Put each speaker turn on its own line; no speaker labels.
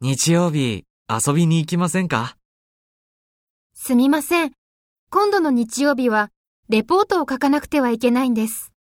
日曜日遊びに行きませんか
すみません。今度の日曜日は、レポートを書かなくてはいけないんです。